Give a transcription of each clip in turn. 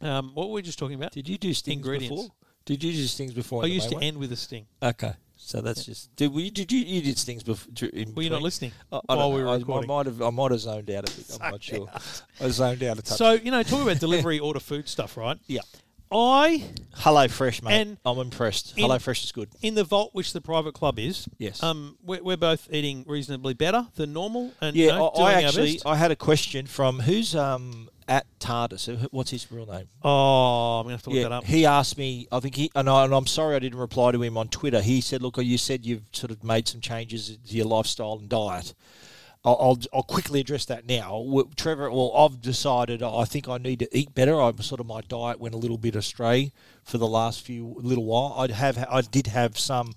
Um, what were we just talking about? Did you do stings Ingredients. before? Did you do stings before? I in the used to main end with a sting. one? Okay, so that's just did we? Did you? You did stings before? Were you not listening I, I, while don't we know. were I, I recording? might have. I might have zoned out a bit. I'm not sure. I zoned out a touch. So you know, talk about delivery order food stuff, right? yeah. I Hello Fresh, mate. And- I'm impressed. in- Hello Fresh is good. in the vault, which the private club is. Yes. Um, we're, we're both eating reasonably better than normal, and you Yeah, know, I, I doing our actually best. I had a question from who's um at Tardis. Who- What's his real name? Oh, I'm gonna have to look that Yeah, up. he asked me. I think he and, I, and I'm sorry I didn't reply to him on Twitter. He said, "Look, you said you've sort of made some changes to your lifestyle and diet. I'll, I'll, I'll quickly address that now, W- Trevor. Well, I've decided I think I need to eat better. I'm sort of my diet went a little bit astray for the last few little while. I have I did have some."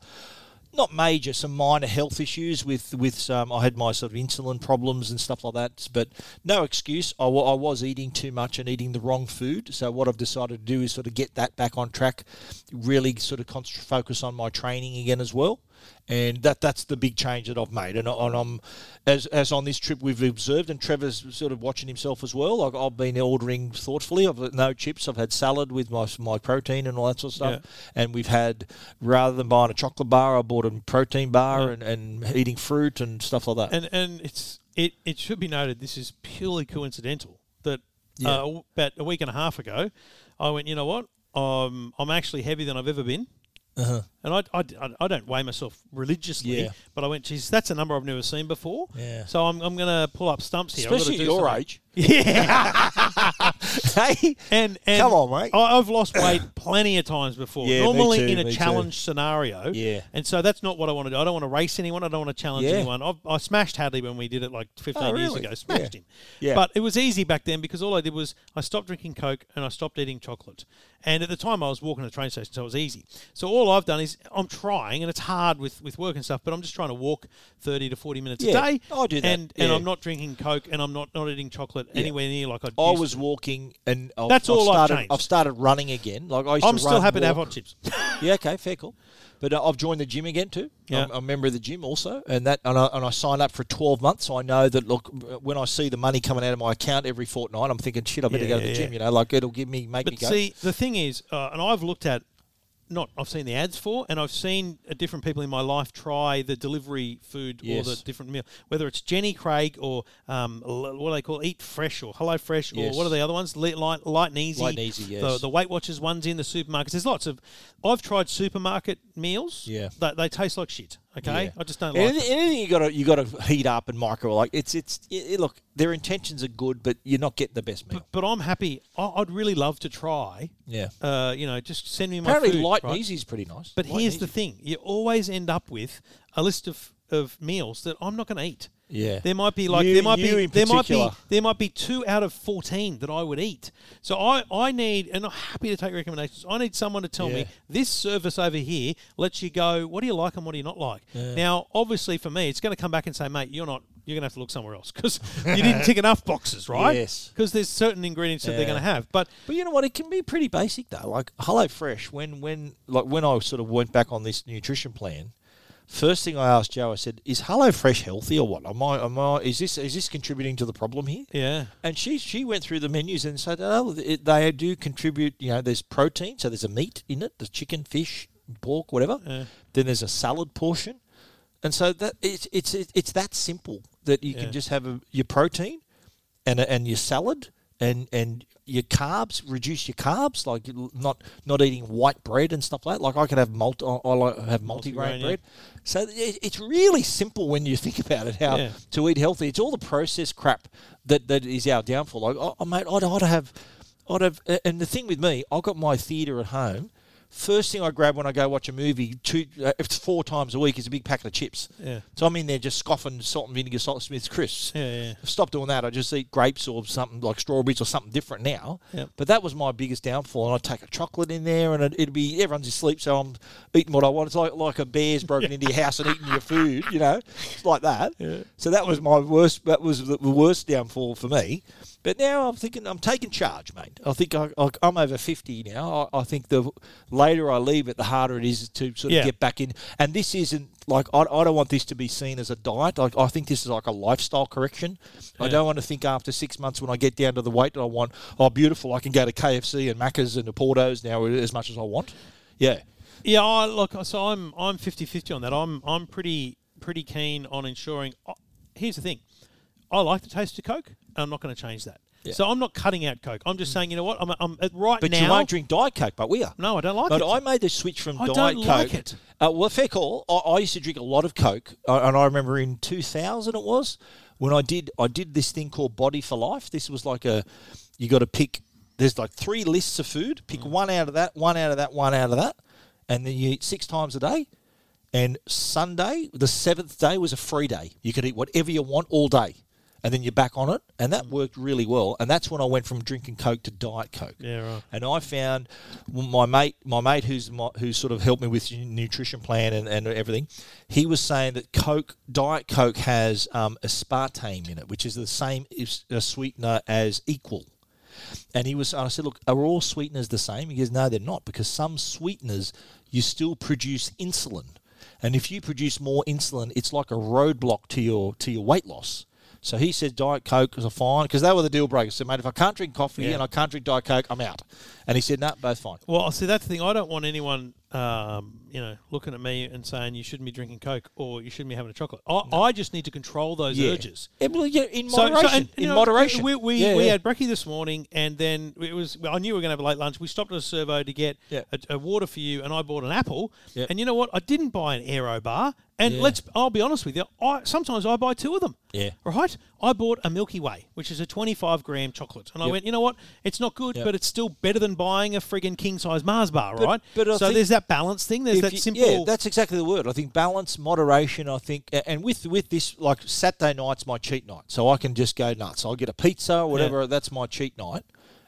Not major, some minor health issues with with some. I had my sort of insulin problems and stuff like that, but no excuse. I wa- I was eating too much and eating the wrong food. So what I've decided to do is sort of get that back on track, really sort of concentrate, focus on my training again as well. And that that's the big change that I've made. And, I- and I'm as as on this trip we've observed, and Trevor's sort of watching himself as well. I've, I've been ordering thoughtfully. I've had no chips. I've had salad with my my protein and all that sort of stuff. And we've had rather than buying a chocolate bar, I bought a protein bar and, and eating fruit and stuff like that. And and it's it it should be noted this is purely coincidental that Yeah. uh, about a week and a half ago, I went. You know what? Um, I'm actually heavier than I've ever been. Uh-huh. And I, I, I- I don't weigh myself religiously, Yeah. but I went, geez, that's a number I've never seen before. Yeah. So I'm, I'm going to pull up stumps here. I've gotta Especially at do your something. age. Yeah. hey, And, and Come on, mate. I, I've lost weight plenty of times before. Yeah, me Normally too, in a me too. challenge scenario. Yeah. And so that's not what I want to do. I don't want to race anyone. I don't want to challenge Yeah. anyone. I've, I smashed Hadley when we did it like 15 Oh, years really? ago. Smashed Yeah. him. Yeah. But it was easy back then because all I did was I stopped drinking Coke and I stopped eating chocolate. And at the time I was walking to the train station, so it was easy. So all I've done is I'm trying, and it's hard with, with work and stuff, but I'm just trying to walk 30 to 40 minutes Yeah, a day. I do that, And, and yeah. I'm not drinking Coke and I'm not, not eating chocolate anywhere near like I I used was to. walking, and I've, That's all I've started, changed. I've started running again. Like I used I'm to still run, happy to have walk. hot chips. Yeah, okay, fair call. But uh, I've joined the gym again too. Yeah. I'm a member of the gym also, and that and I, and I signed up for 12 months. So I know that look, when I see the money coming out of my account every fortnight, I'm thinking, shit, I better Yeah, go to the yeah, yeah. gym. You know, like it'll give me make me But go. see, the thing is, uh, and I've looked at not I've seen the ads for, and I've seen uh, different people in my life try the delivery food Yes. or the different meal, whether it's Jenny Craig or um, l- what do they call Eat Fresh or Hello Fresh Yes. or what are the other ones? Li- Light, light and easy. Light and Easy, The, yes. the Weight Watchers ones in the supermarkets. There's lots of. I've tried supermarket meals. Yeah. They, they taste like shit. Okay, Yeah. I just don't like. Anything, anything you got to you got to heat up and micro like it's it's it, it- look their intentions are good but you're not getting the best meal. But, but I'm happy. I, I'd really love to try. Yeah. Uh, you know, just send me my Apparently, food, light right? and easy is pretty nice. But Light and here's the easy. thing: you always end up with a list of, of meals that I'm not going to eat. Yeah. there might be like You- there might you be in there might be particular. there might be two out of fourteen that I would eat. So I I need, and I'm happy to take recommendations. I need someone to tell Yeah. me this service over here lets you go. What do you like and what do you not like? Now, obviously, for me, it's going to come back and say, mate, you're not. You're going to have to look somewhere else because you didn't tick enough boxes, right? Yes. Because there's certain ingredients that they're Yeah. going to have, but But you know what? It can be pretty basic though. Like HelloFresh, when when like when I sort of went back on this nutrition plan, first thing I asked Joe, I said, "Is HelloFresh healthy or what? Am I am I is this is this contributing to the problem here?" yeah, And she she went through the menus and said, "Oh, it, they do contribute. You know, there's protein, so there's a meat in it, there's chicken, fish, pork, whatever. Yeah. Then there's a salad portion, and so that it's it's it's that simple that you Yeah. can just have a, your protein and a, and your salad and and your carbs. Reduce your carbs, like you- not not eating white bread and stuff like that. Like I could have multi, I I like have multigrain Multigrain, yeah. bread. So it, it's really simple when you think about it. How Yeah. to eat healthy. It's all the processed crap that, that is our downfall. Like, oh, oh, mate, I'd, I'd have, I'd have, a- and the thing with me, I've got my theatre at home. First thing I grab when I go watch a movie, two, uh, it's four times a week, is a big packet of chips. Yeah. So I'm in there just scoffing salt and vinegar, salt Smith's crisps. Yeah, yeah. Stop doing that. I just eat grapes or something like strawberries or something different now. Yep. But that was my biggest downfall. And I'd take a chocolate in there and it- it'd be everyone's asleep, so I'm eating what I want. It's like, like a bear's broken into your house and eating your food, you know? It's like that. So that was my worst, that was the the worst downfall for me. But now I'm thinking I'm taking charge, mate. I think I, I, I'm over 50 now. I, I think the later I leave it, the harder it is to sort of Yeah. get back in. And this isn't like I, I don't want this to be seen as a diet. Like I think this is like a lifestyle correction. I don't want to think after six months when I get down to the weight that I want. Oh, beautiful! I can go to KFC and Macca's and the Portos now as much as I want. Yeah. Yeah, I, look, so I'm I'm 50-50 on that. I'm I'm pretty pretty keen on ensuring. oh, here's the thing, I like the taste of Coke, and I'm not going to change that. Yeah. Mm. So I'm not cutting out Coke. I'm just saying, you know what? I'm, I'm at right But now. you won't drink Diet Coke, but we are. No, I don't like but it. I made the switch from I Diet don't Coke. like it. Uh, well, fair call. I, I used to drink a lot of Coke, uh, and I remember in 2000 it was when I did I did this thing called Body for Life. This was like a you got to pick. There's like three lists of food. Pick Mm. one out of that, one out of that, one out of that, and then you eat six times a day. And Sunday, the seventh day, was a free day. You could eat whatever you want all day, and then you're back on it. And Mm. that worked really well. And that's when I went from drinking Coke to Diet Coke. Yeah, right. And I found my mate, my mate who's my, who sort of helped me with your nutrition plan and, and everything, he was saying that Coke, Diet Coke has um, aspartame in it, which is the same is- uh, sweetener as Equal. And he was, and I said, look, are all sweeteners the same? He goes, no, they're not, because some sweeteners you still produce insulin, and if you produce more insulin, it's like a roadblock to your to your weight loss. So he said Diet Coke is a fine because they were the deal breakers. So mate, if I can't drink coffee Yeah. and I can't drink Diet Coke, I'm out. And he said, no, both fine. Well, see, that's the thing. I don't want anyone, um, you know, looking at me and saying you shouldn't be drinking Coke or you shouldn't be having a chocolate. I, I just need to control those Yeah. urges. Yeah, well, yeah, in So- so, moderation. and, you in know, moderation. We, we, Yeah, we yeah. had brekkie this morning, and then it was. well, I knew we were going to have a late lunch. We stopped at a servo to get Yeah. a, a water for you, and I bought an apple. Yeah. And you know what? I didn't buy an aero bar. And Yeah. let's. I'll be honest with you. I sometimes I buy two of them. Yeah. Right. I bought a Milky Way, which is a 25 gram chocolate, and I Yep. went. You know what? It's not good, Yep. but it's still better than buying a friggin' king size Mars bar, right? but I so think- there's that balance thing. There's If that you- simple. Yeah, that's exactly the word. I think balance, moderation. I think, a- and with with this, like Saturday night's my cheat night, so I can just go nuts. I'll get a pizza or whatever. That's my cheat night,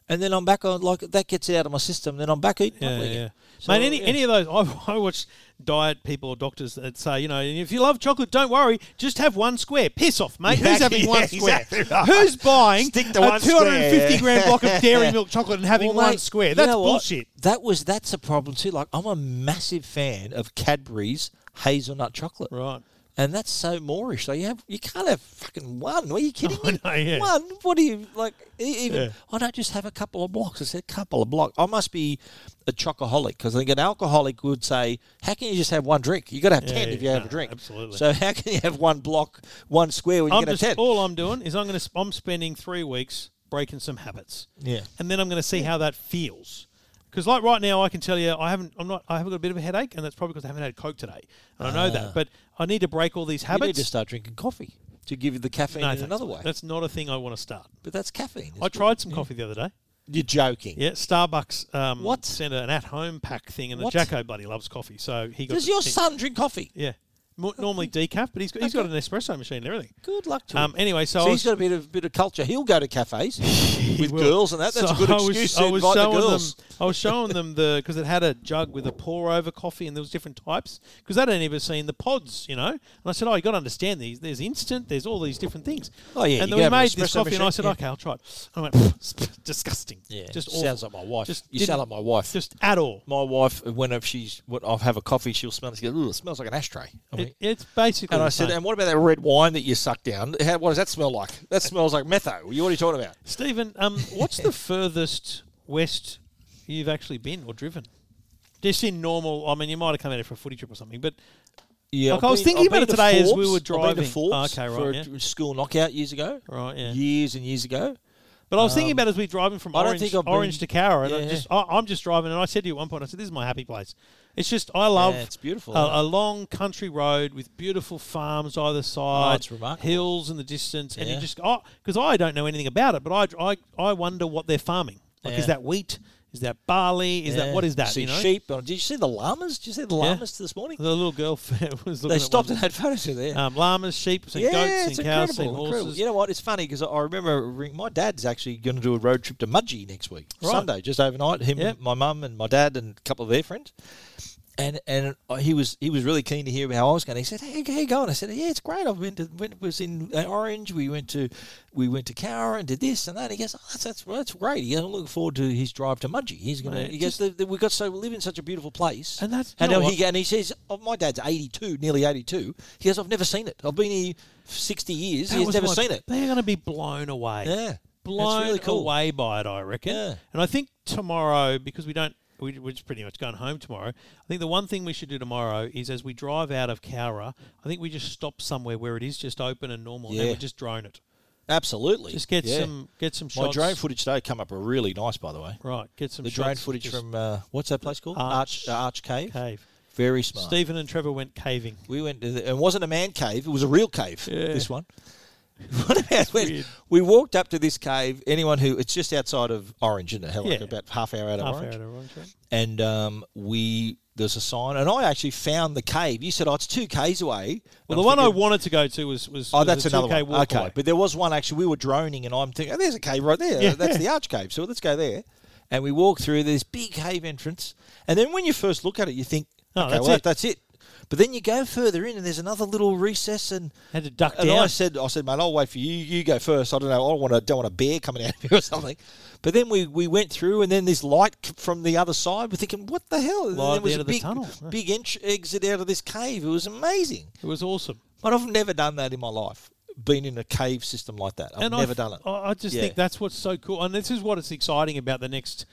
and then I'm back on. Like that gets it out of my system. Then I'm back eating. Yeah, properly yeah. again. So, Mate, any yeah. any of those, I, I watch diet people or doctors that say, you know, if you love chocolate, don't worry, just have one square. Piss off, mate. Who's Yeah, having yeah, one square? exactly right. Who's buying Stick to a one 250 square. gram block of dairy milk chocolate and having Well, one mate, square? you That's know what? bullshit. That was that's a problem too. Like I'm a massive fan of Cadbury's hazelnut chocolate. Right. And that's so Moorish. Like you have, you can't have fucking one. Are you kidding me? I know, yeah. One? What do you like? e- Even Yeah. I don't just have a couple of blocks. I said a couple of blocks. I must be a chocoholic because I think an alcoholic would say, "How can you just have one drink? You got to have Yeah, ten yeah, if you have no, a drink. absolutely. So how can you have one block, one square when you I'm can have just, ten? all I'm doing is I'm going to I'm spending three weeks breaking some habits. Yeah. And then I'm going to see how that feels. Because like right now, I can tell you I haven't I'm not I haven't got a bit of a headache, and that's probably because I haven't had Coke today, and I know that. But I need to break all these Ah. you habits. need to start drinking coffee to give you the caffeine No, in thanks, another mate. way. That's not a thing I want to start. but that's caffeine. I tried some coffee the other day. You're joking. Yeah, Starbucks um, What? sent an at-home pack thing, and the What? Jacko buddy loves coffee, so he got. Does the your thing. son drink coffee? Yeah, Mo- normally decaf, but he's got, he's got an espresso machine and everything. Good luck to Um, him. anyway, so, So I was, he's got a bit of bit of culture. He'll go to cafes with will. girls and that. That's so a good I was- excuse I to was invite the showing girls. them. I was showing them the because it had a jug with a pour over coffee, and there was different types because they don't even seen the pods, you know. And I said, "Oh, you got to understand these. There's instant. There's all these different things." Oh, yeah, And then we you can have an made this espresso coffee, and I machine, said, yeah. "Okay, I'll try it." And I went, "Disgusting. just awful. sounds like my wife. Just you didn't- sound like my wife. just at all." my wife, whenever she's when I have a coffee, she'll smell it. She goes, "Ooh, it smells like an ashtray." I mean, It, it's basically. and the I said, same. "And what about that red wine that you sucked down? How, what does that smell like? That smells like metho. You what are you talking about?" Stephen, um, what's the furthest west you've actually been or driven? Just in normal. I mean, you might have come out here for a footy trip or something, but Yeah, Like, I was thinking about it today as we were driving. to Forbes Okay, right, for yeah. a d- school knockout years ago, Right, yeah. years and years ago. but I was thinking about as we were driving from Um, I don't Orange, think I've Orange been- to Cowra, and I Yeah. just I, I'm just driving, and I said to you at one point, I said, "This is my happy place." It's just I love. it's beautiful, isn't it? Oh, A, a long country road with beautiful farms either side, it's remarkable. hills in the distance, and you Yeah. just because I don't know anything about it, but I I, I wonder what they're farming. Like, is Yeah. that wheat? Is that barley? Is Yeah. that what is that? See you know? sheep. Oh, Did you see the llamas? Did you see the llamas this morning? The little girl was looking They at stopped one- and had photos of there. um, llamas, sheep, and goats, and cows, and horses. You know what? It's funny because I, I remember ring, my dad's actually going to do a road trip to Mudgee next week, Right. Sunday, just overnight. Him, Yeah. and my mum, and my dad, and a couple of their friends. and and he was he was really keen to hear how I was going. He said, "Hey, how you going?" I said, "Yeah, it's great. I've been to went, was in uh, Orange. We went to we went to Cowra and did this and that." He goes, oh, "That's that's that's great." He goes, "I'm looking forward to his drive to Mudgee. He's gonna." Mate, he goes, "The- the- "We got so we live in such a beautiful place." And that's- and you know now he what? go- and he says, oh, "My dad's 82, nearly 82." He goes, "I've never seen it. I've been here 60 years. That He's was never like- seen it." They're going to be blown away. Yeah, blown that's really cool. away by it, I reckon. Yeah. And I think tomorrow, because we don't, we, we're just pretty much going home tomorrow. I think the one thing we should do tomorrow is as we drive out of Cowra, I think we just stop somewhere where it is just open and normal, and Yeah. we just drone it. Absolutely. Just get Yeah. some, get some My shots. drone footage today come up really nice, by the way. Right, get some The drone shots. footage Just from uh, what's that place called? Arch- Arch uh, Arch Cave. cave. Very smart. Stephen and Trevor went caving. We went. To the, it wasn't a man cave. It was a real cave. Yeah. This one. What about when weird. we walked up to this cave? Anyone who it's just outside of Orange, isn't it? Hell, like Yeah. about half hour out of Half hour Orange. to Orange, right? And um, we there's a sign, and I actually found the cave. You said, "Oh, it's two k's away." Well, And the I'm one I thinking, wanted to go to was was Oh, was that's a another 2K one. walk okay, away. but there was one actually. We were droning, and I'm thinking, oh, "There's a cave right there. Yeah. That's the arch cave." So let's go there. And we walk through this big cave entrance, and then when you first look at it, you think, Oh, "Okay, that's well, it." that's it." But then you go further in, and there's another little recess, and Had to duck and down. I said, "I said, mate, I'll wait for you. You go first. I don't know. I don't want to. Don't want a bear coming out of you or something." But then we, we went through, and then this light c- from the other side. We're thinking, "What the hell?" And Light at there the was end a of the big tunnel, yeah. big ent- exit out of this cave. It was amazing. it was awesome. But I've never done that in my life. Been in a cave system like that. I've and never I, done it. I I just Yeah. think that's what's so cool, and this is what it's exciting about the next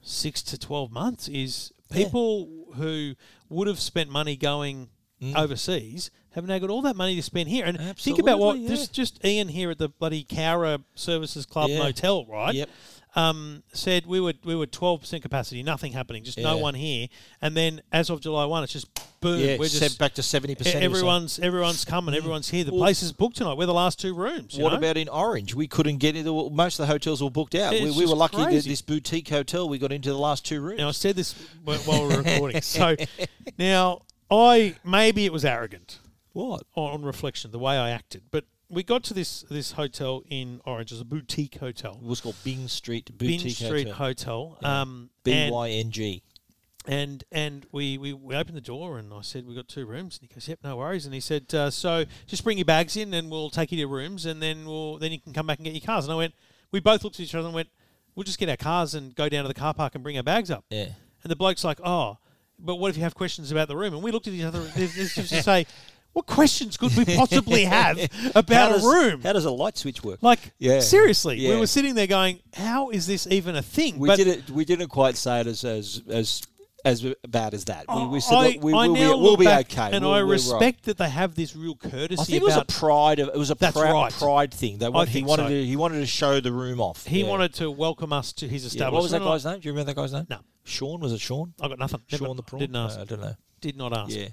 six to twelve months is Yeah. people who would have spent money going Mm. overseas have now got all that money to spend here. And think about what Absolutely, just just Ian here at the bloody Cowra Services Club Yeah. Motel, right? Yep. Um, said we were we were twelve percent capacity, nothing happening, just no Yeah. one here. And then as of July one, it's just boom. yeah, we're just e-, set back to seventy percent. everyone's everyone's coming, everyone's here. The Well- place is booked tonight. We're the last two rooms. you What know? about in Orange? We couldn't get into. Most of the hotels were booked out. It's We, we just were lucky that crazy. this boutique hotel we got into the last two rooms. Now I said this wh- while we were recording. So now I maybe it was arrogant what? on on reflection the way I acted, but we got to this this hotel in Orange, it's a boutique hotel, It was called Bing Street Bin Boutique Street Hotel. Hotel. Um, B and Y N G. and and we, we we opened the door and I said we got two rooms and he goes yep no worries and he said uh, so just bring your bags in and we'll take you to your rooms and then we'll then you can come back and get your cars and I went we both looked at each other and went we'll just get our cars and go down to the car park and bring our bags up Yeah. and the bloke's like, oh, but what if you have questions about the room? And we looked at each other and just to say, what questions could we possibly have about a room? How does a light switch work? like, Yeah. seriously, we Yeah. were sitting there going, how is this even a thing? we but didn't. We didn't quite say it as as as as bad as that. We, we said I, "Look, we, I now will be, look we'll be back okay. and We'll- I we're right." respect that they have this real courtesy I think it was about a pride of it was a That's prou- right. pride thing. They want, he think wanted so. to he wanted to show the room off. he Yeah. wanted to welcome us to his Yeah, establishment. What was that And I- guy's name? Do you remember that guy's name? No. Sean was it Sean? I got nothing. Never- Sean the prawn. Didn't ask. No, I don't know. Did not ask. Yeah.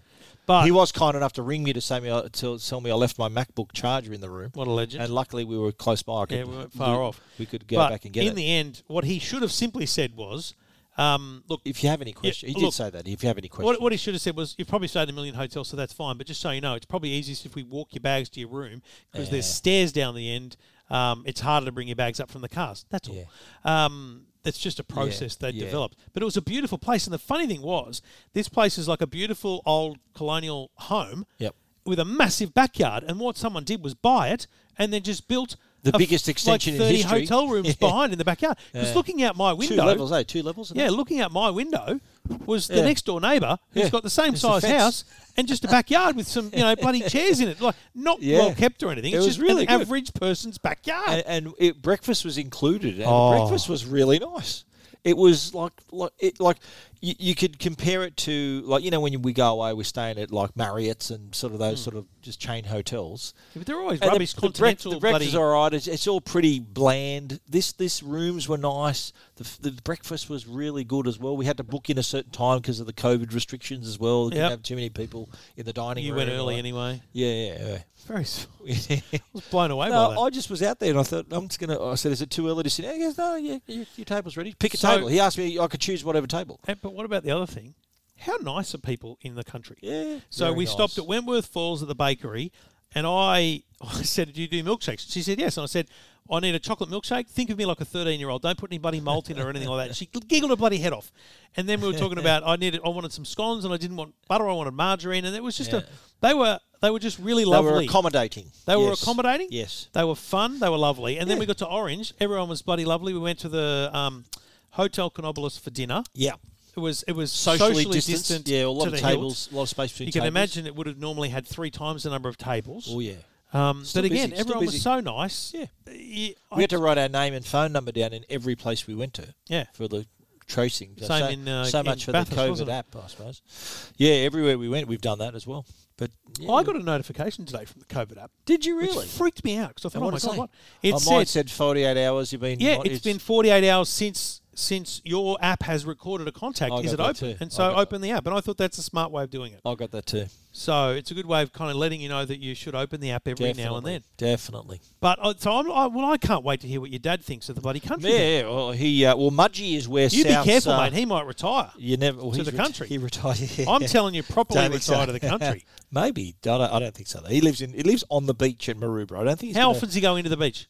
But he was kind enough to ring me to say me I- to tell me I left my MacBook charger in the room. what a legend. And luckily we were close by. I could- Yeah, we weren't far we- off. We could go but back and get in it. the end, what he should have simply said was, um, look, if you have any questions, he did look, say that. If you have any questions, What, what he should have said was, you've probably stayed in a million hotels, so that's fine. But just so you know, it's probably easiest if we walk your bags to your room because there's stairs down the end. Um, it's harder to bring your bags up from the cars. That's all. Um, that's just a process they yeah. developed. But it was a beautiful place. And the funny thing was, this place is like a beautiful old colonial home Yep. with a massive backyard. And what someone did was buy it and then just built The a biggest like extension in 30 history. hotel rooms behind in the backyard. Because looking out my two window, levels, eh? Two levels. isn't yeah, it? looking out my window was the Yeah. next door neighbour who's Yeah. got the same It's a size fence. house and just a backyard with some you know bloody chairs in it, like not Yeah. well kept or anything. It it's was just really an good. average person's backyard. and, and it, breakfast was included, and Oh. breakfast was really nice. It was like like it like you, you could compare it to like you know when we go away, we're staying at like Marriott's and sort of those sort of just chain hotels. Yeah, but they're always And the- Hmm. rubbish. the, breakfast, continental the breakfast bloody- all right. It's, it's all pretty bland. This this rooms were nice. The, f- the breakfast was really good as well. We had to book in a certain time because of the COVID restrictions as well. Yep. We Couldn't have too many people in the dining you room. went and all early that. anyway. Yeah, Very. s- I yeah, yeah. was blown away by No, that. I just was out there and I thought I'm just gonna. I said, "Is it too early to sit?" down?" He goes, "No, yeah, your, your table's ready. Pick a So- table." He asked me, "I could choose whatever table." Hey, Eh, but what about the other thing? How nice are people in the country? Yeah, So very we nice. stopped at Wentworth Falls at the bakery, and I, I said, "Do you do milkshakes?" She said, "Yes." And I said, I need a chocolate milkshake. Think of me like a 13 year old. Don't put any bloody malt in it or anything like that. And she giggled her bloody head off. And then we were talking about I needed, I wanted some scones and I didn't want butter. I wanted margarine. And it was just a, they were, they were just really They lovely. were accommodating. They were Yes. accommodating. Yes. They were fun. They were lovely. And then we got to Orange. Everyone was bloody lovely. We went to the um, Hotel Canopolis for dinner. Yeah. It was it was Socially, socially, distanced. distant. Yeah, a lot to the of hilt. tables, a lot of space between You can tables. imagine it would have normally had three times the number of tables. Oh, yeah. Um, Still but again, busy, still everyone busy. was so nice. Yeah. Yeah, We had to write our name and phone number down in every place we went to yeah. for the tracing. Same so, in, uh, so in much for Bathurst, the COVID wasn't it? app, I suppose. Yeah, everywhere we went, we've done that as well. But yeah, I got a notification today from the COVID app. Did you which really? freaked me out because I thought, And oh what my did it god, say? what? It Oh, mine said, said 48 hours. You've been yeah, not- it's been 48 hours since since your app has recorded a contact. I Is got it that open? too. And I so got that. open the app. And I thought that's a smart way of doing it. I got that too. So it's a good way of kind of letting you know that you should open the app every Definitely, now and then. definitely. But uh, so I'm, I, well, I can't wait to hear what your dad thinks of the bloody country. Yeah, yeah, well, he uh, well, Mudgee is where You be South's, careful, uh, mate. He might retire. You never well, to he's the reti- country. He retired. I'm telling you, properly Don't think so. retire to the country. Maybe I don't, I don't think so. Though. He lives in he lives on the beach in Maroubra. I don't think he's How gonna- often's he going to the beach?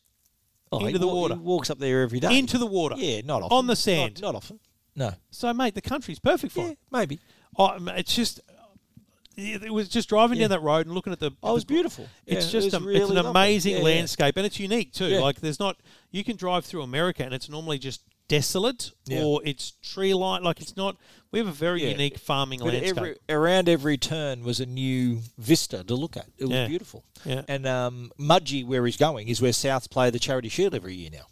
oh, he into the wa- water? He walks up there every day. Into the water. yeah, not often On the sand. Not, not often. No. So, mate, the country's perfect for Yeah, it. maybe. Oh, m- it's just, it it was just driving down that road and looking at the. Oh, it was the- beautiful. It's Yeah, it just was a, it's really an lovely. amazing Yeah, yeah. landscape and it's unique too. Yeah. Like there's not you can drive through America and it's normally just desolate Yeah. or it's tree light. Like it's not. We have a very Yeah. unique farming But landscape. every, around every turn was a new vista to look at. It was Yeah. beautiful. Yeah. And um, Mudgee, where he's going, is where Souths play the Charity Shield every year now.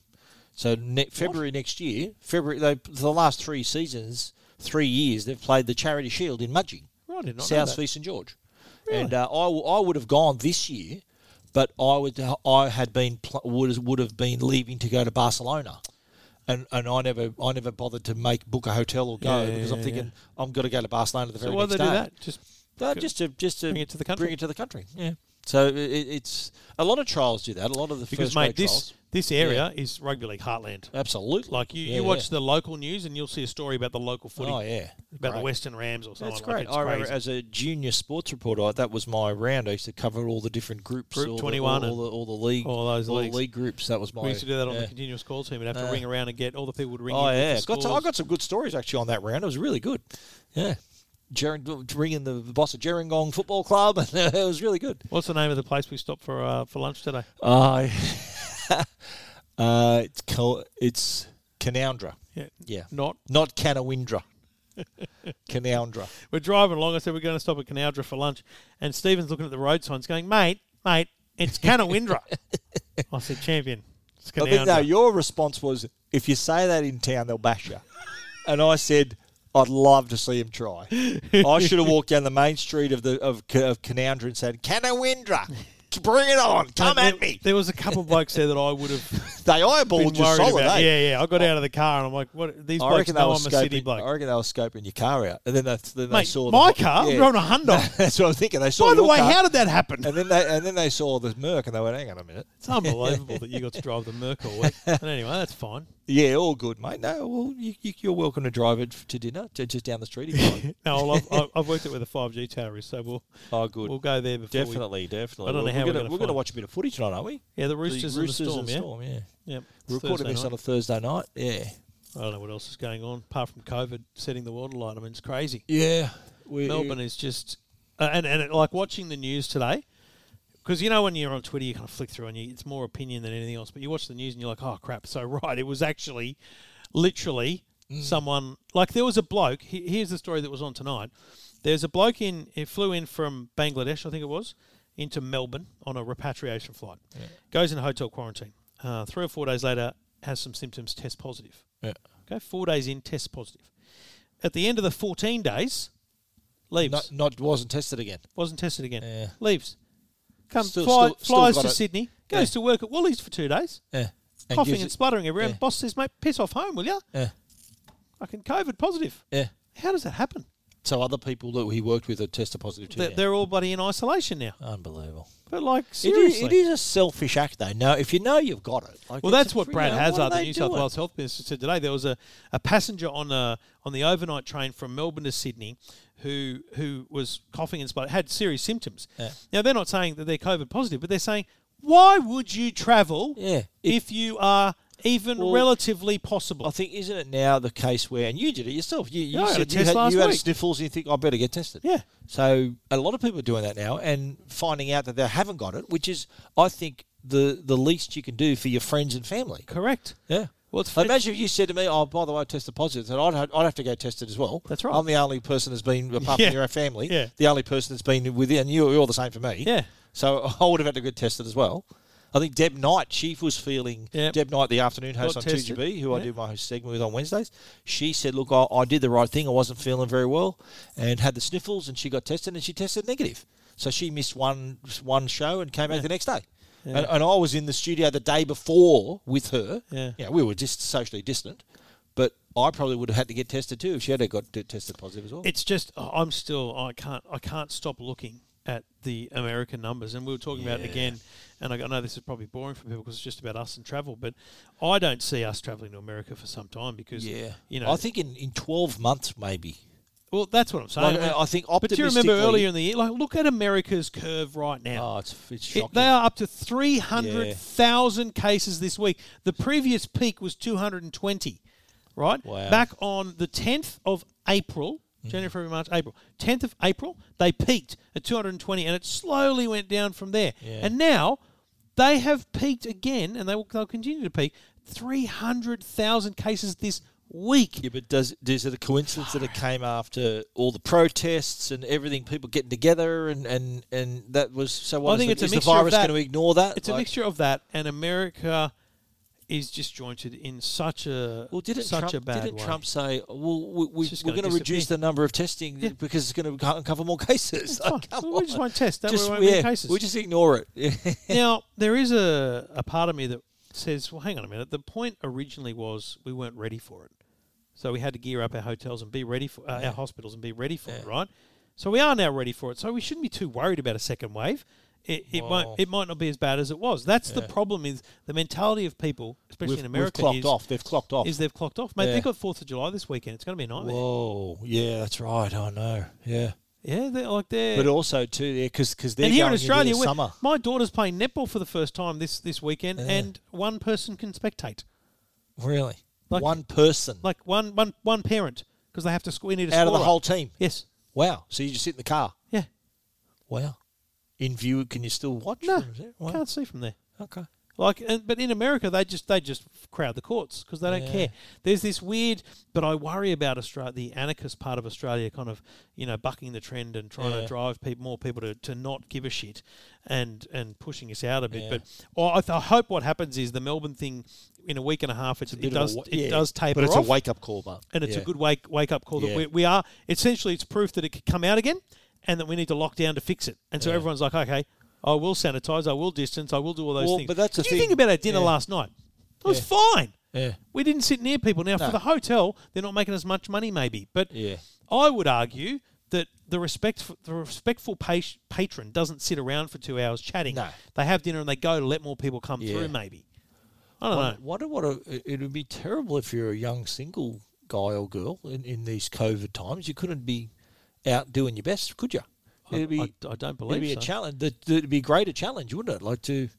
So ne- February next year, February they, the last three seasons, three years they've played the Charity Shield in Mudgee. Right, Oh, I did not know South that. v St George. And uh, I, w- I would have gone this year, but I would I had been pl- would would have been leaving to go to Barcelona. And, and I never I never bothered to make book a hotel or go Yeah, yeah, because I'm yeah, thinking I'm going to go to Barcelona the so very why next they do day. that? Just Uh, just to just to Bring it to the country. Bring it to the country. Yeah. So it, it's a lot of trials do that. A lot of the because first mate, rate this trials. this area is rugby league heartland. absolutely Like you, Yeah, you yeah. watch the local news and you'll see a story about the local footy, Oh yeah, about the Great. Western Rams or something. That's like great. it's I remember crazy. as a junior sports reporter, I, that was my round. I used to cover all the different groups, Group all 21 the, and all, all, the, all the league, all those all the leagues. league groups. That was my. we used to do that on yeah. the continuous call team and have to Uh, ring around and get all the people would ring. Oh in with yeah, the got some, I scores. got some good stories actually on that round. It was really good. Yeah, Jer- ringing the boss of Gerringong Football Club, and it was really good. What's the name of the place we stopped for uh, for lunch today? Uh, uh, it's co- it's Canoundra. Yeah, Yeah, not. not Canawindra. Canoundra. We're driving along. I said we're going to stop at Canoundra for lunch, and Stephen's looking at the road signs, going, "Mate, mate, it's Canawindra." I said, "Champion, it's I think no, Canoundra." your response was if you say that in town, they'll bash you. and I said, I'd love to see him try. I should have walked down the main street of the of, Ca- of Canoundra and said, Canawindra, bring it on, come Mate, there- at me. There was a couple of blokes there that I would have They been eyeballed you worried solid, about. eh? Yeah, yeah. I got out of the car and I'm like, "What? These I blokes reckon, they know were I'm a city scoping, I bloke." reckon they were scoping your car out. And then they, then they Mate, saw the- my car, Yeah. I'm driving a Hyundai. That's what I'm thinking. They saw By the your way, car, how did that happen? and then they and then they saw the Merc and they went, hang on a minute. It's unbelievable that you got to drive the Merc all week. But anyway, that's fine. Yeah, all good, mate. No, well, you, you, you're welcome to drive it to dinner, to, just down the street. If you like. No, well, I've- I've, I've worked it with a 5G tower is, so we'll oh, good. we'll go there before. We, Definitely, I definitely. don't know Well, how we're we're gonna gonna, we're going to find- watch a bit of footy tonight, aren't we? yeah, the Roosters, the Roosters and the Storm. yeah. yeah, yep. it's We're recording Thursday this night. on a Thursday night. Yeah. I don't know what else is going on apart from COVID setting the world alight. I mean, it's crazy. Yeah. We, Melbourne is just, uh, and and it, like watching the news today, because you know when you're on Twitter, you kind of flick through and you, it's more opinion than anything else. But you watch the news and you're like, oh crap, so right, it was actually, literally, someone like there was a bloke. He, here's the story that was on tonight. There's a bloke in. He flew in from Bangladesh, I think it was, into Melbourne on a repatriation flight. Goes in hotel quarantine. Uh, three or four days later, has some symptoms, test positive. Yeah. Okay, four days in, test positive. At the end of the 14 days, leaves. Not, not wasn't tested again. Wasn't tested again. Yeah. Leaves. Comes Still- fly, still- still flies got to it. Sydney. Goes Yeah. to work at Woolies for two days, Yeah. And coughing gives and it- sputtering everywhere. yeah. And boss says, "Mate, piss off home, will you? Yeah. I can COVID positive. Yeah. How does that happen? So other people that he worked with are tested positive too. They're, now. they're all bloody in isolation now. Unbelievable. But like It is, seriously, it is a selfish act, though. No, if you know you've got it. Like Well, it's that's a what free- Brad you know, what Hazard, are the they New South doing? Wales Health Minister, said today. There was a, a passenger on a on the overnight train from Melbourne to Sydney who who was coughing and spluttering, had serious symptoms. Yeah. Now they're not saying that they're COVID positive, but they're saying Why would you travel Yeah. if you are even Well, relatively possible? I think isn't it now the case where and you did it yourself. You you Yeah, I had a said you test had, last you had week. sniffles and you think I better get tested. Yeah. So a lot of people are doing that now and finding out that they haven't got it, which is I think the the least you can do for your friends and family. Correct. Yeah. Well, it's Imagine if you said to me, "Oh, by the way, I tested positive," and I'd, ha- I'd have to go tested as well. That's right. I'm the only person that's been, apart Yeah. from your own family, Yeah. the only person that's been within. And you're, you're the same for me. Yeah. So I would have had to get tested as well. I think Deb Knight, she was feeling. Yep. Deb Knight, the afternoon host Got on tested. 2GB, who I Yeah. do my host segment with on Wednesdays, she said, "Look, I, I did the right thing. I wasn't feeling very well, and had the sniffles, and she got tested, and she tested negative. So she missed one one show and came back the next day. And, and I was in the studio the day before with her. Yeah. yeah, we were just socially distant, but I probably would have had to get tested too if she had have got t- tested positive as well. It's just oh, I'm still I can't I can't stop looking at the American numbers, and we were talking about it again. And I know this is probably boring for people because it's just about us and travel, but I don't see us traveling to America for some time because you know I think in, in twelve months maybe. well that's what I'm saying. Like, I I think but do you remember optimistically- earlier in the year? Like look at America's curve right now. Oh, it's, it's It- shocking. they are up to 300,000 cases this week. The previous peak was 220, right? Wow. Mm. Back on the 10th of April, January, February, March, April. 10th of April, they peaked at 220 and it slowly went down from there. Yeah. And now they have peaked again and they will, they'll continue to peak 300,000 cases this week. Yeah, but does is it a coincidence that it came after all the protests and everything, people getting together, and and, and that was so? I What is think the, it's a is mixture the of virus that. going to ignore that? It's a Like- mixture of that and America is disjointed in such a Well, didn't such Trump, a bad didn't way. Trump say, "Well, we, we, It's just we're gonna going to reduce disappear. the number of testing because it's going to uncover more It's cases"? fine. Like, come Well, we just on. won't test. That Just- way we won't get yeah, cases. We just ignore it. now there is a, a part of me that says, well, hang on a minute. The point originally was we weren't ready for it, so we had to gear up our hotels and be ready for uh, our hospitals and be ready for it, right? So we are now ready for it. So we shouldn't be too worried about a second wave. It, it might Wow. it might not be as bad as it was. That's the problem. Is the mentality of people, especially We've- in we've America, clocked is, off. They've clocked off. Is they've clocked off. Mate, Yeah. they've got Fourth of July this weekend. It's going to be a nightmare. Whoa, yeah, that's right. I know. Yeah, Yeah, they're like they're. but also too, yeah, because they're and here going in Australia, into we the summer. my daughter's playing netball for the first time this this weekend, Yeah. and one person can spectate, Really, Like- one person like one one one parent, because they have to squ- we need a out of the scorer. whole team. Yes, Wow. So you just sit in the car. yeah, Wow. In view, can you still watch? no, from there? Wow. can't see from there. Okay. Like, and, but in America, they just they just crowd the courts because they don't Yeah. care. There's this weird, but I worry about Australia, the anarchist part of Australia, kind of you know bucking the trend and trying Yeah. to drive people, more people to, to not give a shit, and and pushing us out a bit. Yeah. But well, I, th- I hope what happens is the Melbourne thing in a week and a half, it, it does it does taper But it's off, a wake up call, but and it's a good wake wake up call that Yeah. we, we are essentially it's proof that it could come out again, and that we need to lock down to fix it. And so Yeah. everyone's like, okay. I will sanitize. I will distance. I will do all those Well, things. but that's the Did you thing. think about our dinner Yeah. last night? It was fine. Yeah. We didn't sit near people. Now for No. the hotel, they're not making as much money, maybe. But Yeah. I would argue that the respect the respectful pat- patron doesn't sit around for two hours chatting. No. They have dinner and they go to let more people come Yeah. through. Maybe. I don't know. Wonder what a, it would be terrible if you're a young single guy or girl in, in these COVID times. You couldn't be out doing your best, could you? I- It'd be, I, I don't it'd believe be so. a challenge. that- that It'd be a greater challenge, wouldn't it? Like to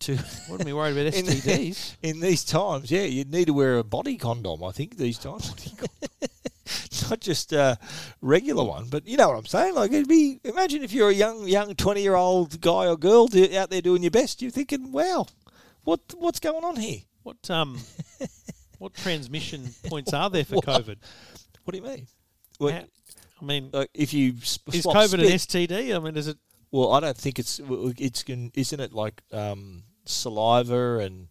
to Wouldn't be worried about in, the- STDs. in these times, yeah, you'd need to wear a body condom. I think these times, not just a regular one, but you know what I'm saying. Like it'd be imagine if you're a young young 20 year old guy or girl do, out there doing your best. You're thinking, wow, what what's going on here? what um, what transmission points are there for COVID? What do you mean? Well, How- I mean, like if you sp- is swap COVID spit- an STD? I mean, is it? Well, I don't think it's well, it's can isn't it like um, saliva and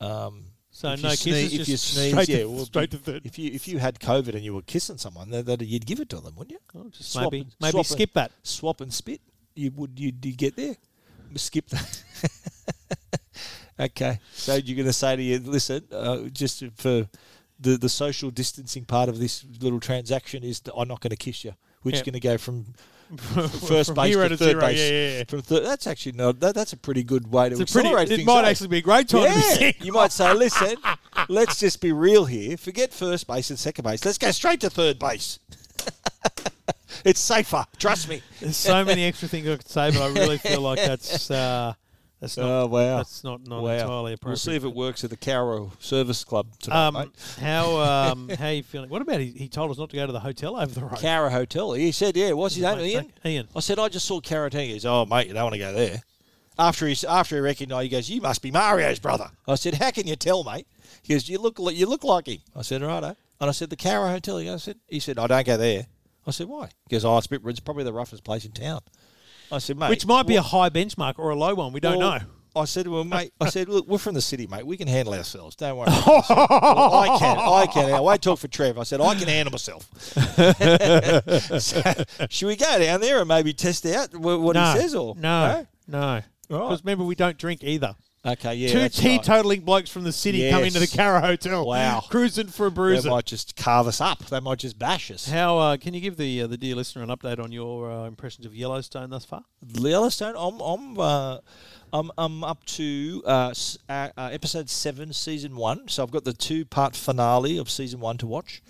um, So if you no kisses, sneeze- if just you sneeze, straight, yeah, to, well, straight to third. if you if you had COVID and you were kissing someone, that, that you'd give it to them, wouldn't you? Oh, just Swap maybe and- maybe swap and- skip that. Swap and spit. You would you'd, you get there. Skip that. okay, so you're going to say to you, listen, uh, just for the the social distancing part of this little transaction is that I'm not going to kiss you. We're just Yeah. going to go from first base to third base. Yeah, yeah, yeah. From thir- that's actually no, that, that's a pretty good way to It's a pretty, accelerate it things, might eh? actually be a great time to be Yeah. sick. You might say, listen, let's just be real here. Forget first base and second base. Let's go straight to third base. it's safer. Trust me. There's so many extra things I could say, but I really feel like that's uh, That's not. Oh wow! That's not, not Wow. entirely appropriate. We'll see if it works at the Caro Service Club tonight, Um, mate. how um, how you feeling? What about he, he told us not to go to the hotel over the road? Caro Hotel. He said, "Yeah, what's his name?" Mate, Ian. thank- Ian. I said, "I just saw Caro He goes, "Oh, mate, you don't want to go there." After he after he recognised, he goes, "You must be Mario's brother." I said, "How can you tell, mate?" He goes, "You look li- you look like him." I said, "Righto." And I said, "The Caro Hotel." He goes, I said, "He said, I don't go there." I said, "Why?" He goes, "Oh, it's a bit. It's probably the roughest place in town." I said, "Mate," Which might be a high benchmark or a low one. We don't Well, know. I said, well, mate, I said, look, we're from the city, mate. We can handle ourselves. Don't worry. I, said, well, I can. I can. I won't talk for Trev. I said, I can handle myself. so, should we go down there and maybe test out wh- what no, he says? Or no, no. Right. Because remember, we don't drink either. No? Okay, yeah. Two that's right. teetotaling blokes from the city come into the Yes. Caro Hotel. Wow. Cruising for a They bruiser. might just carve us up. They might just bash us. How uh, can you give the uh, the dear listener an update on your uh, impressions of Yellowstone thus far? Yellowstone. I'm I'm uh, I'm I'm up to uh, s- uh, uh, episode seven, season one. So I've got the two part finale of season one to watch,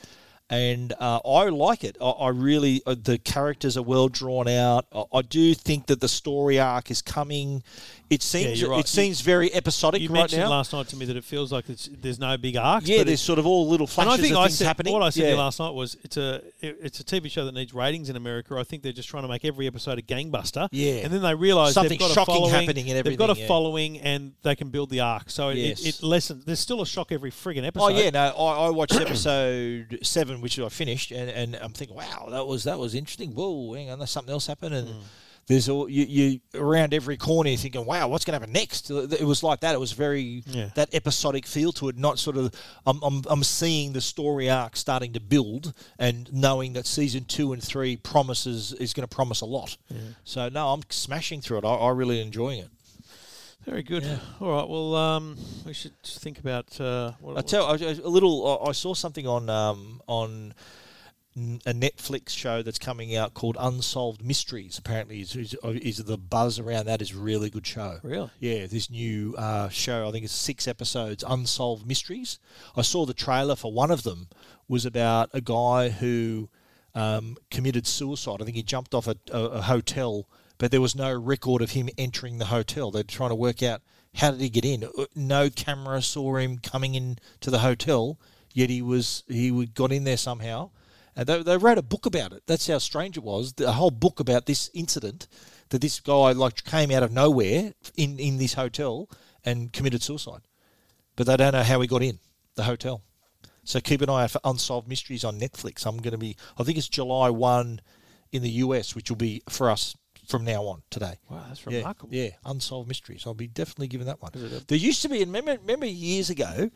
and uh, I like it. I, I really uh, the characters are well drawn out. I, I do think that the story arc is coming. It seems you're right. it seems very episodic You right mentioned now. last night to me that it feels like it's, there's no big arcs. yeah, but there's sort of all little And flashes I think of I things said, happening. What I said to yeah. you last night was it's a it- it's a TV show that needs ratings in America. I think they're just trying to make every episode a gangbuster. Yeah. And then they realise they've Something got shocking a following, happening and They've got a everything, yeah. following and they can build the arc. So Yes. it, it lessens. There's still a shock every friggin' episode. Oh yeah, no, I, I watched episode seven, which I finished, and, and I'm thinking, wow, that was that was interesting. Whoa, hang on, there's something else happened, and Mm. there's all you, you around every corner, you're thinking, wow, what's going to happen next? It was like that. It was very Yeah. that episodic feel to it. Not sort of, I'm, I'm I'm seeing the story arc starting to build, and knowing that season two and three promises is going to promise a lot. So no, I'm smashing through it. I, I really enjoying it. Very good. All right. Well, um, we should think about uh, what I it was. tell I, I- a little. I, I saw something on um, on n- a Netflix show that's coming out called Unsolved Mysteries. Apparently, is, is, is the buzz around that is a really good show. Really? Yeah, this new uh, show. I think it's six episodes. Unsolved Mysteries. I saw the trailer for one of them was about a guy who um, committed suicide. I think he jumped off a, a, a hotel, but there was no record of him entering the hotel. They're trying to work out how did he get in. Uh, No camera saw him coming in to the hotel, yet he was he would- got in there somehow. And they, they wrote a book about it. That's how strange it was. A whole book about this incident that this guy like came out of nowhere in in this hotel and committed suicide. But they don't know how he got in the hotel. So keep an eye out for Unsolved Mysteries on Netflix. I'm going to be, I think it's July 1 in the US, which will be for us from now on today. Wow, that's Yeah, remarkable. Yeah, Unsolved Mysteries. I'll be definitely giving that one. There used to be, and remember, remember years ago,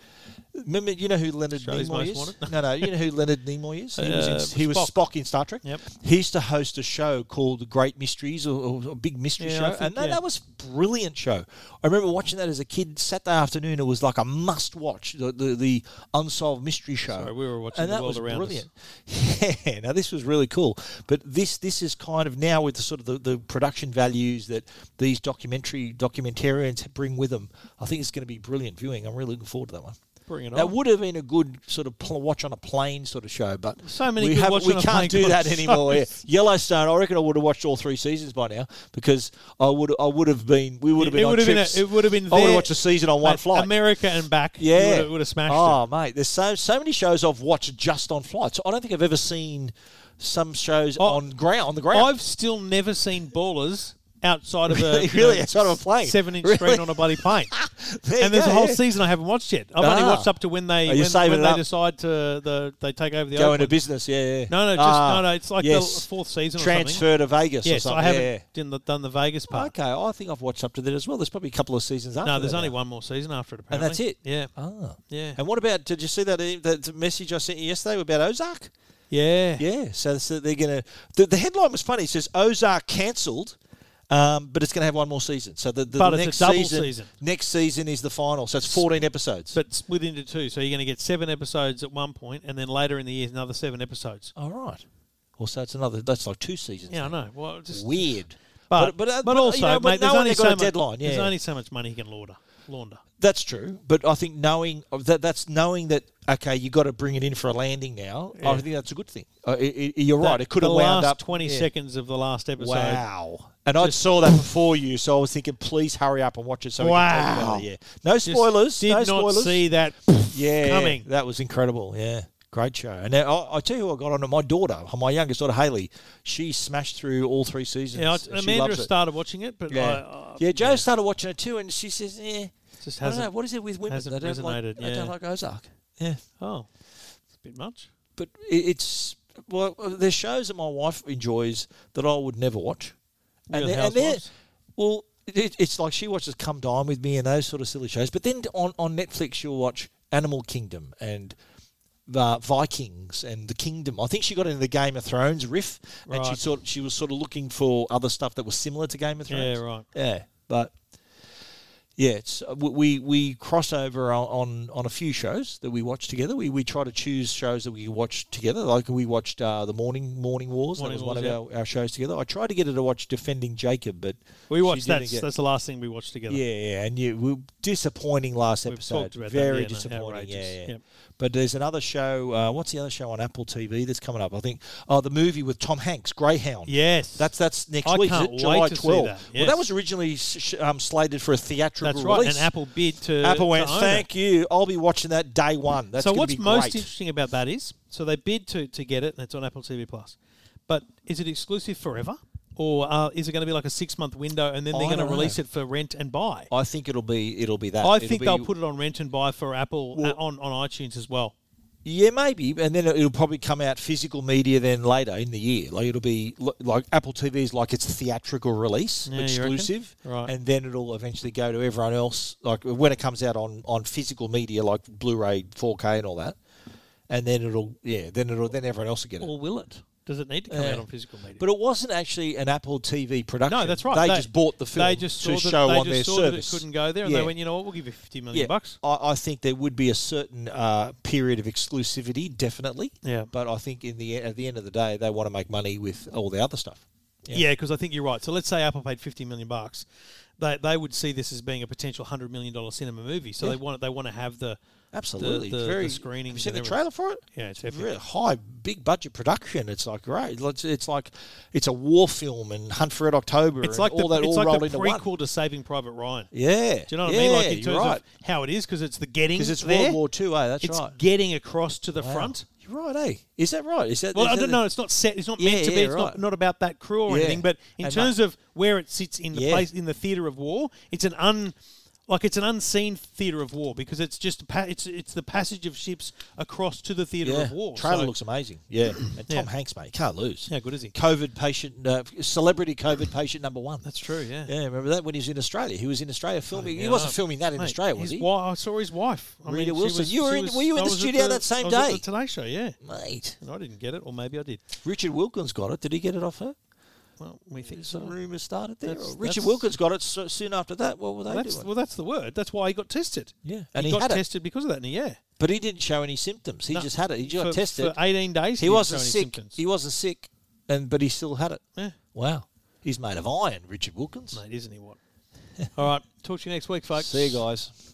remember, you know who Leonard Australia's Nimoy Most is? Wanted? No, no, you know who Leonard Nimoy is? He, was, Uh, in, he was Spock. Spock in Star Trek. Yep. He used to host a show called The Great Mysteries or, or, or Big Mystery Yeah, I Show. think, and that, yeah. that was a brilliant show. I remember watching that as a kid Saturday afternoon. It was like a must watch, the, the, the Unsolved Mystery Show. Sorry, we were watching and the that world was around us. brilliant. Yeah, now this was really cool. But this this is kind of now with the sort of the, the production values that these documentary documentarians bring with them. I think it's going to be brilliant viewing. I'm really looking forward to that one. Bring it That on. would have been a good sort of pl- watch on a plane sort of show, but So many we, good haven't- watch we on a plane can't do that kind of anymore. yeah. shows. Yellowstone, I reckon I would have watched all three seasons by now because I would I would have been we would have been it on would have been a, trips. it would have been I would there, have watched a season on one mate, flight. America and back. You Yeah, would have- would have smashed it. Oh, mate, there's so so many shows I've watched just on flights. I don't think I've ever seen some shows Oh, on ground on the ground. I've still never seen ballers outside of a Really? you know, Really? Outside of a plane? seven inch Really? screen on a bloody plane. There you and there's go, a whole yeah. season I haven't watched yet. I've only Ah. watched up to when they Are you when, saving when it they up? decide to the they take over the go open. into business. Yeah, yeah. No, no, just Ah, no, no. It's like yes. the fourth season or something. transfer to Vegas. or Yes, something. I haven't yeah, yeah. done the, done the Vegas part. Okay, I think I've watched up to that as well. There's probably a couple of seasons after. No, there's that only now. one more season after it. and Apparently, that's it. Yeah, Ah. yeah, And what about? Did you see that e- that message I sent you yesterday about Ozark? yeah. Yeah. So, so they're gonna. The, the headline was funny. It says Ozark cancelled, um, but it's gonna have one more season. So the, the, But the it's a next double season, season. Next season is the final. So it's 14 episodes. But split into two, so you're going to get seven episodes at one point, and then later in the year another seven episodes. all right. Well, so it's another. That's like two seasons. Yeah, I know. Well, just Weird. But but, uh, but also, you know, mate, there's knowing only they've so got a much, deadline. Yeah. There's only so much money you can launder. Launder. That's true, but I think knowing that that's knowing that okay, you got to bring it in for a landing now. I Yeah. think that's a good thing. Uh, i i you're right. That- It could have the wound last up twenty yeah. seconds of the last episode. Wow, And I saw that before you, so I was thinking, please hurry up and watch it. So we can Wow. talk about it. yeah, no Just spoilers. Did no not spoilers. see that. yeah, coming. That was incredible. Yeah, great show. And now, I, I tell you who I got on it. My daughter, my youngest daughter Haley, she smashed through all three seasons. You know, She Amanda loves it. started watching it, but Yeah, I, uh, yeah. Joe started watching it too, and she says, "Yeah, just I don't know hasn't. what is it with women. hasn't they don't resonated, like. They yeah. don't like Ozark. Yeah, Oh, it's a bit much. but it, it's well, there's shows that my wife enjoys that I would never watch, Real they're- they're- Housewives? well, it, it's like she watches Come Dine with me and those sort of silly shows. But then on on Netflix, she'll watch Animal Kingdom and. The Vikings and the Kingdom. I think she got into the Game of Thrones riff, and she Right. sort she was sort of looking for other stuff that was similar to Game of Thrones. Yeah, right. Yeah, but yeah, it's we we, we cross over on, on on a few shows that we watch together. We we try to choose shows that we watch together. Like we watched uh, the morning morning wars. Morning that was one Wars, of our, our shows together. I tried to get her to watch Defending Jacob, but We she watched didn't that. get- That's the last thing we watched together. yeah, yeah, and you we disappointing last We've episode. talked about that, Very yeah, no, disappointing. Yeah, outrageous. yeah. Yep. But there's another show. Uh, what's the other show on Apple TV that's coming up? I think. Oh, the movie with Tom Hanks, Greyhound. Yes. That's that's next I week, can't is it? wait July to see 12. that, Well, that yes. was originally s- sh- um, slated for a theatrical That's right. release. And Apple bid to Apple went, to own it. thank you. I'll be watching that day one. That's so gonna what's be most great. interesting about that is so they bid to, to get it and it's on apple tv plus but is it exclusive forever or uh, is it going to be like a six month window and then I they're going to don't release it for rent and buy I think it'll be it'll be that. i It'll think be- they'll put it on rent and buy for apple uh Well- on, on itunes as well Yeah, maybe, and then it'll probably come out physical media then later in the year. Like it'll be li- like Apple TV is like its theatrical release, Yeah, you reckon? exclusive, Right. And then it'll eventually go to everyone else. Like when it comes out on on physical media, like Blu-ray, 4K, and all that. And then it'll yeah, then it'll then everyone else will get it. or will it does it need to come Yeah. out on physical media But it wasn't actually an Apple TV production. no that's right They, just bought the film they just saw to that, show they on just their saw service. that it couldn't go there and Yeah. they went you know what we'll give you 50 million bucks I, I think there would be a certain uh, period of exclusivity, definitely. Yeah. But I think in the at the end of the day, they want to make money with all the other stuff. Yeah. Yeah, because I think you're right. So let's say Apple paid fifty million bucks, they they would see this as being a potential hundred million dollar cinema movie. So Yeah. they want they want to have the Absolutely. the, It's the, very the screening. Have you seen and the everything. trailer for it? Yeah, it's It's epic. really high, big budget production. It's like great. It's, it's like it's a war film and Hunt for Red October. It's and like all the that it's all like rolled the into one. prequel to Saving Private Ryan. Yeah. Do you know what yeah, I mean? Like in you're terms right. of how it is, because it's the getting because it's there. World War Two. Eh? That's it's right. getting across to the Wow. front. You're right. Eh? Is that right? Is that Well, is I that don't the- know. It's not set. It's not Yeah, meant to be. yeah, It's right. not, not about that crew or Yeah. anything. But in And uh, terms of where it sits in the Yeah. place in the theater of war, it's an un like it's an unseen theater of war because it's just pa- it's it's the passage of ships across to the theater Yeah. of war. Trailer So- looks amazing. Yeah. And Tom Yeah. Hanks, mate, can't lose. how good is he? COVID patient, uh, celebrity COVID patient number one. That's true. Yeah. yeah, remember that when he was in Australia? He was in Australia filming. he Yeah, wasn't no. filming that in Mate, Australia, was his he? wi- I saw his wife. I Rita mean, she Wilson. was- You were she in- was- were you I in the was at studio that same I was at day? the Today Show, yeah. Mate, And I didn't get it, or maybe I did. Richard Wilkins got it. Did he get it off her? Well, we think Some so. rumours started there. That's- Or Richard that's- Wilkins got it so, soon after that. What were they That's, doing? well, that's the word. That's why he got tested. yeah, and he, got had it, tested because of that. And yeah, but he didn't show any symptoms. He No. just had it. He just for, got tested. for 18 days. he didn't wasn't show any sick. symptoms. He wasn't sick, and but he still had it. Yeah. Wow, he's made of iron, Richard Wilkins. Mate, isn't he what? All right. Talk to you next week, folks. See you guys.